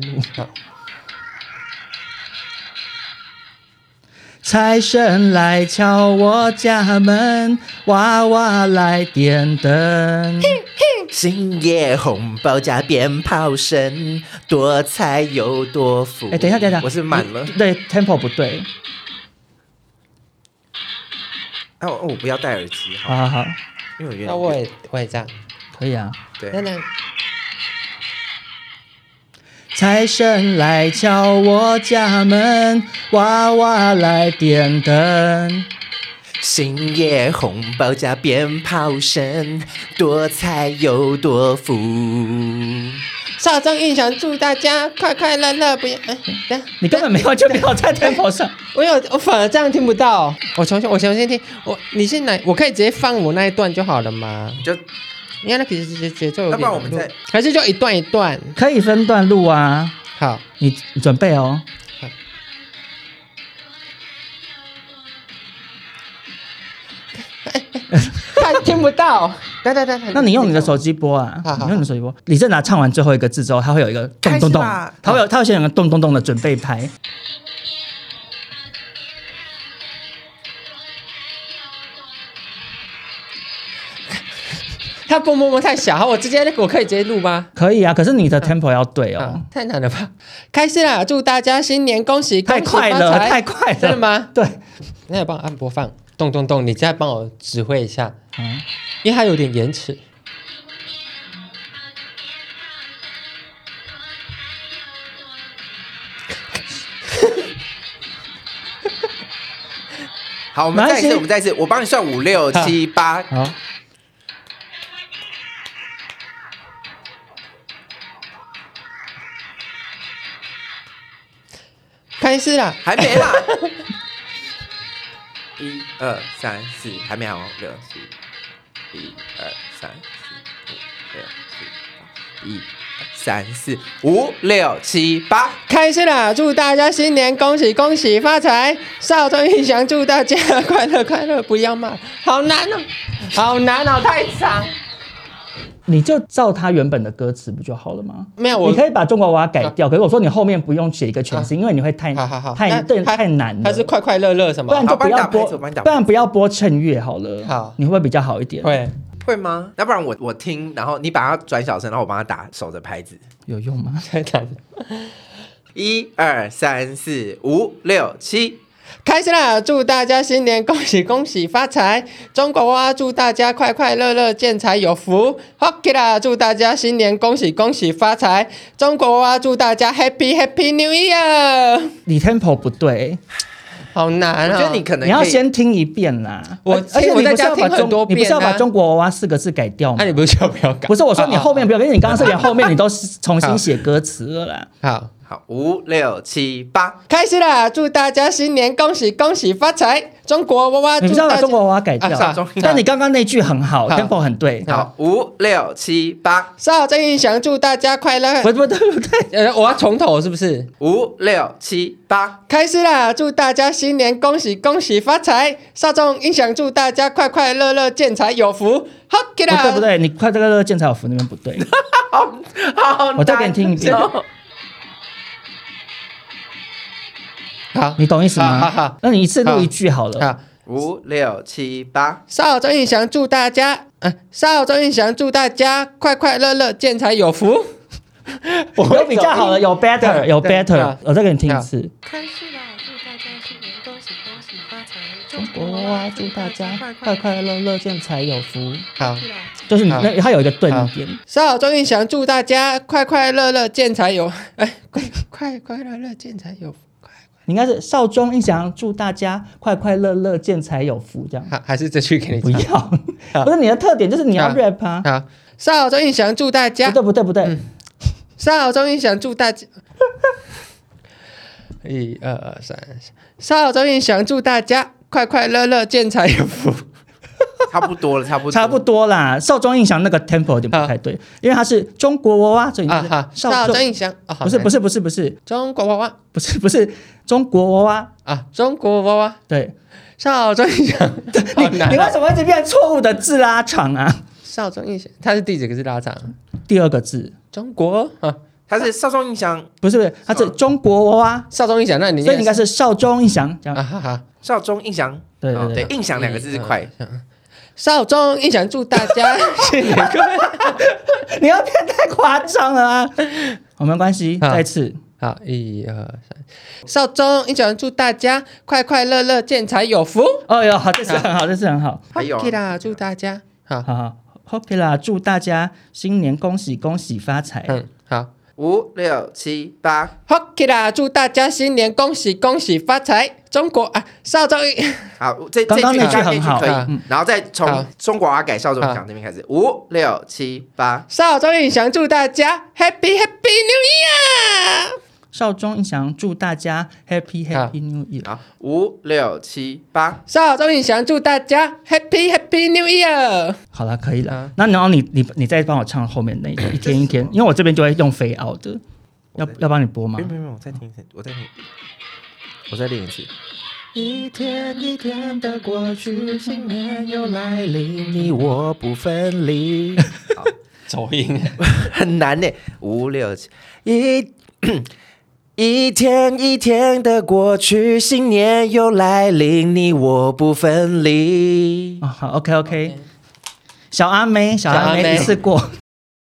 路上。 财神来敲我家门，娃娃来点灯。深夜红包加鞭炮声，多财又多福。哎，等一下，等一下，我是满了你。对，tempo 不对。啊，我我不要戴耳机哈，好啊好好，因为我有那点我也我也这样。可以啊。那对。那财神来敲我家门，娃娃来点灯。深夜红包加鞭炮声，多财又多福。少中印象祝大家快快乐乐，不要哎，等一下你根本没有就没有在 tempo 上。我有，我反而这样听不到。我重新，我重新听。我你是哪？我可以直接放我那一段就好了吗？就你看那其实节节奏有要点不然我们再还是就一段一段。可以分段录啊， 好，你你准备哦。他听不到。等等等等， 那你用你的手机播啊，嗯好好你用你的手机播。李正达唱完最后一个字之后，他会有一个咚咚咚开始吧，他会有他会先有一个咚咚咚的准备拍。他蹦蹦蹦太小，好我直接那个我可以直接录吗？可以啊，可是你的 tempo 要对啊哦，，太难了吧！开始啦，祝大家新年恭喜，太快恭喜了，发财太快了，真的吗？对，那也帮我按播放，咚咚咚，你再帮我指挥一下，嗯，因为它有点延迟。好，我们再一没关次，系我们再一次，我帮你算五六好七八，好，开始啦，还没啦。一二三四，还没好，六七。一二三四五六七八，一二三四五六七八。开始啦！祝大家新年恭喜恭喜发财！少中印祥祝大家快乐快乐，不要骂，好难哦，好难哦，太长。你就照他原本的歌词不就好了吗？没有我你可以把中国娃改掉，可是我说你后面不用写一个全新，因为你会太好好好，太那对它太难了它。是快快乐乐什不然就么？好不帮你要打播拍子我帮你，打不然不要播衬乐好了。好你会不会比较好一点？，会会吗？要不然我我听，然后你把它转小声，然后我帮他打守着拍子。有用吗？太难了。一二三四五六七，开始啦！祝大家新年恭喜恭喜发财！中国娃娃祝大家快快乐乐，健财有福。OK 啦！祝大家新年恭喜恭喜发财！中国娃娃祝大家 Happy Happy New Year！你 tempo 不对，好难我啊、觉得你可能你要可以先听一遍啦。我而而且我你不在是家要把听很中多你不是要遍啊把中国娃娃四个字改掉吗那、？你不是说不要改？不是，我说你后面哦不要，因为你刚刚是连后面你都是重新写歌词了啦。哦好。好五六七八。开始啦！祝大家新年恭喜恭喜发财！中国娃娃你祝不是要把大家中国娃娃改掉啊少中，但你刚刚那句很好好，tempo 很对。好五六七八，少郑印祥祝大家快乐。不不对不对，呃，我要从头是不是？五六七八。开始啦！祝大家新年恭喜恭喜发财！少中音响祝大家快快乐乐，健财有福。好，给不啦！对不对，你快这个建材有福那边不对。好，我再给你听一遍难哦好，你懂意思吗？好好好那你一次录一句好了。好。五六七八，少中音响祝大家，呃，少中音响祝大家快快乐乐，健财有福。我有比较好了，有 better，对有对 better 好。我再给你听一次。开市啦！祝大家新年恭喜恭喜发财！中中国国娃娃娃娃祝祝大大家家快快快快乐乐，健财有福。好。乐啦！就是你好那它有一个顿好点。少中音响祝大家快快乐乐，健财有，哎，快快快乐乐，健财有福。快你应该是少中印象，祝大家快快乐乐，健财有福 这样。好，还是这句给你不唱。要，不是你的特点就是你要好 rap 啊。好，少中音响祝大家不对不对不对，嗯少中印想祝大家， 一二三，少中印想祝大家快快乐乐，健财有福。差不多了，差不多，差不多啦。少中印象那个 tempo 有点不太对，因为它是中国娃娃，所以你啊是哈，少少中中印想啊，不是不是是不是不是中国娃娃不是不是中国娃娃。啊，中国娃娃，对少中印 想，好你你难为啊。什么一直变错误的字拉长啊？少中印想，它是第几个字拉长？第二个字中国啊，它是少壮音响，不是不是，它是中国娃娃，少中音响，那哦你所以应该是少中印象这啊样。哈哈，嗯少中印响，对对哦对对，印象两个字是快，少中音响，祝大 家 新年快乐！你要变太夸张了啊！好，没关系，好再次好，一二三，少中音响，祝大家快快乐乐，健财有福。哦哟，好，这次很好，这次很好，还有啊 OK 啦，祝大家好，好好，OK 啦，祝大家新年恭喜恭喜发财。嗯，好五六七八， ，OK 啦，祝大家新年恭喜恭喜发财！中国啊，少中音，好，这刚刚这那句句很好可以嗯，然后再好，从中国娃改少壮音响那边开始，五六七八 少中音响，祝大家 Happy Happy New Year！少中印象，祝大家 Happy 啊 Happy New Year。好，五六七八，少中音响，祝大家 Happy Happy New Year！好了，可以了啊。那然后你你你再帮我唱后面那一 一天一天，因为我这边就会用飞奥的，要要帮你播吗没有？没有没有，我再听一次，我再听，我再练一次。一天一天的过去，新年又来临，你我不分 离。好，走音，很难呢，五六七一。 一天一天的过去，新年又来临，你我不分离。啊，好，OK 哦 OK。小阿妹，小阿小阿妹妹一次过，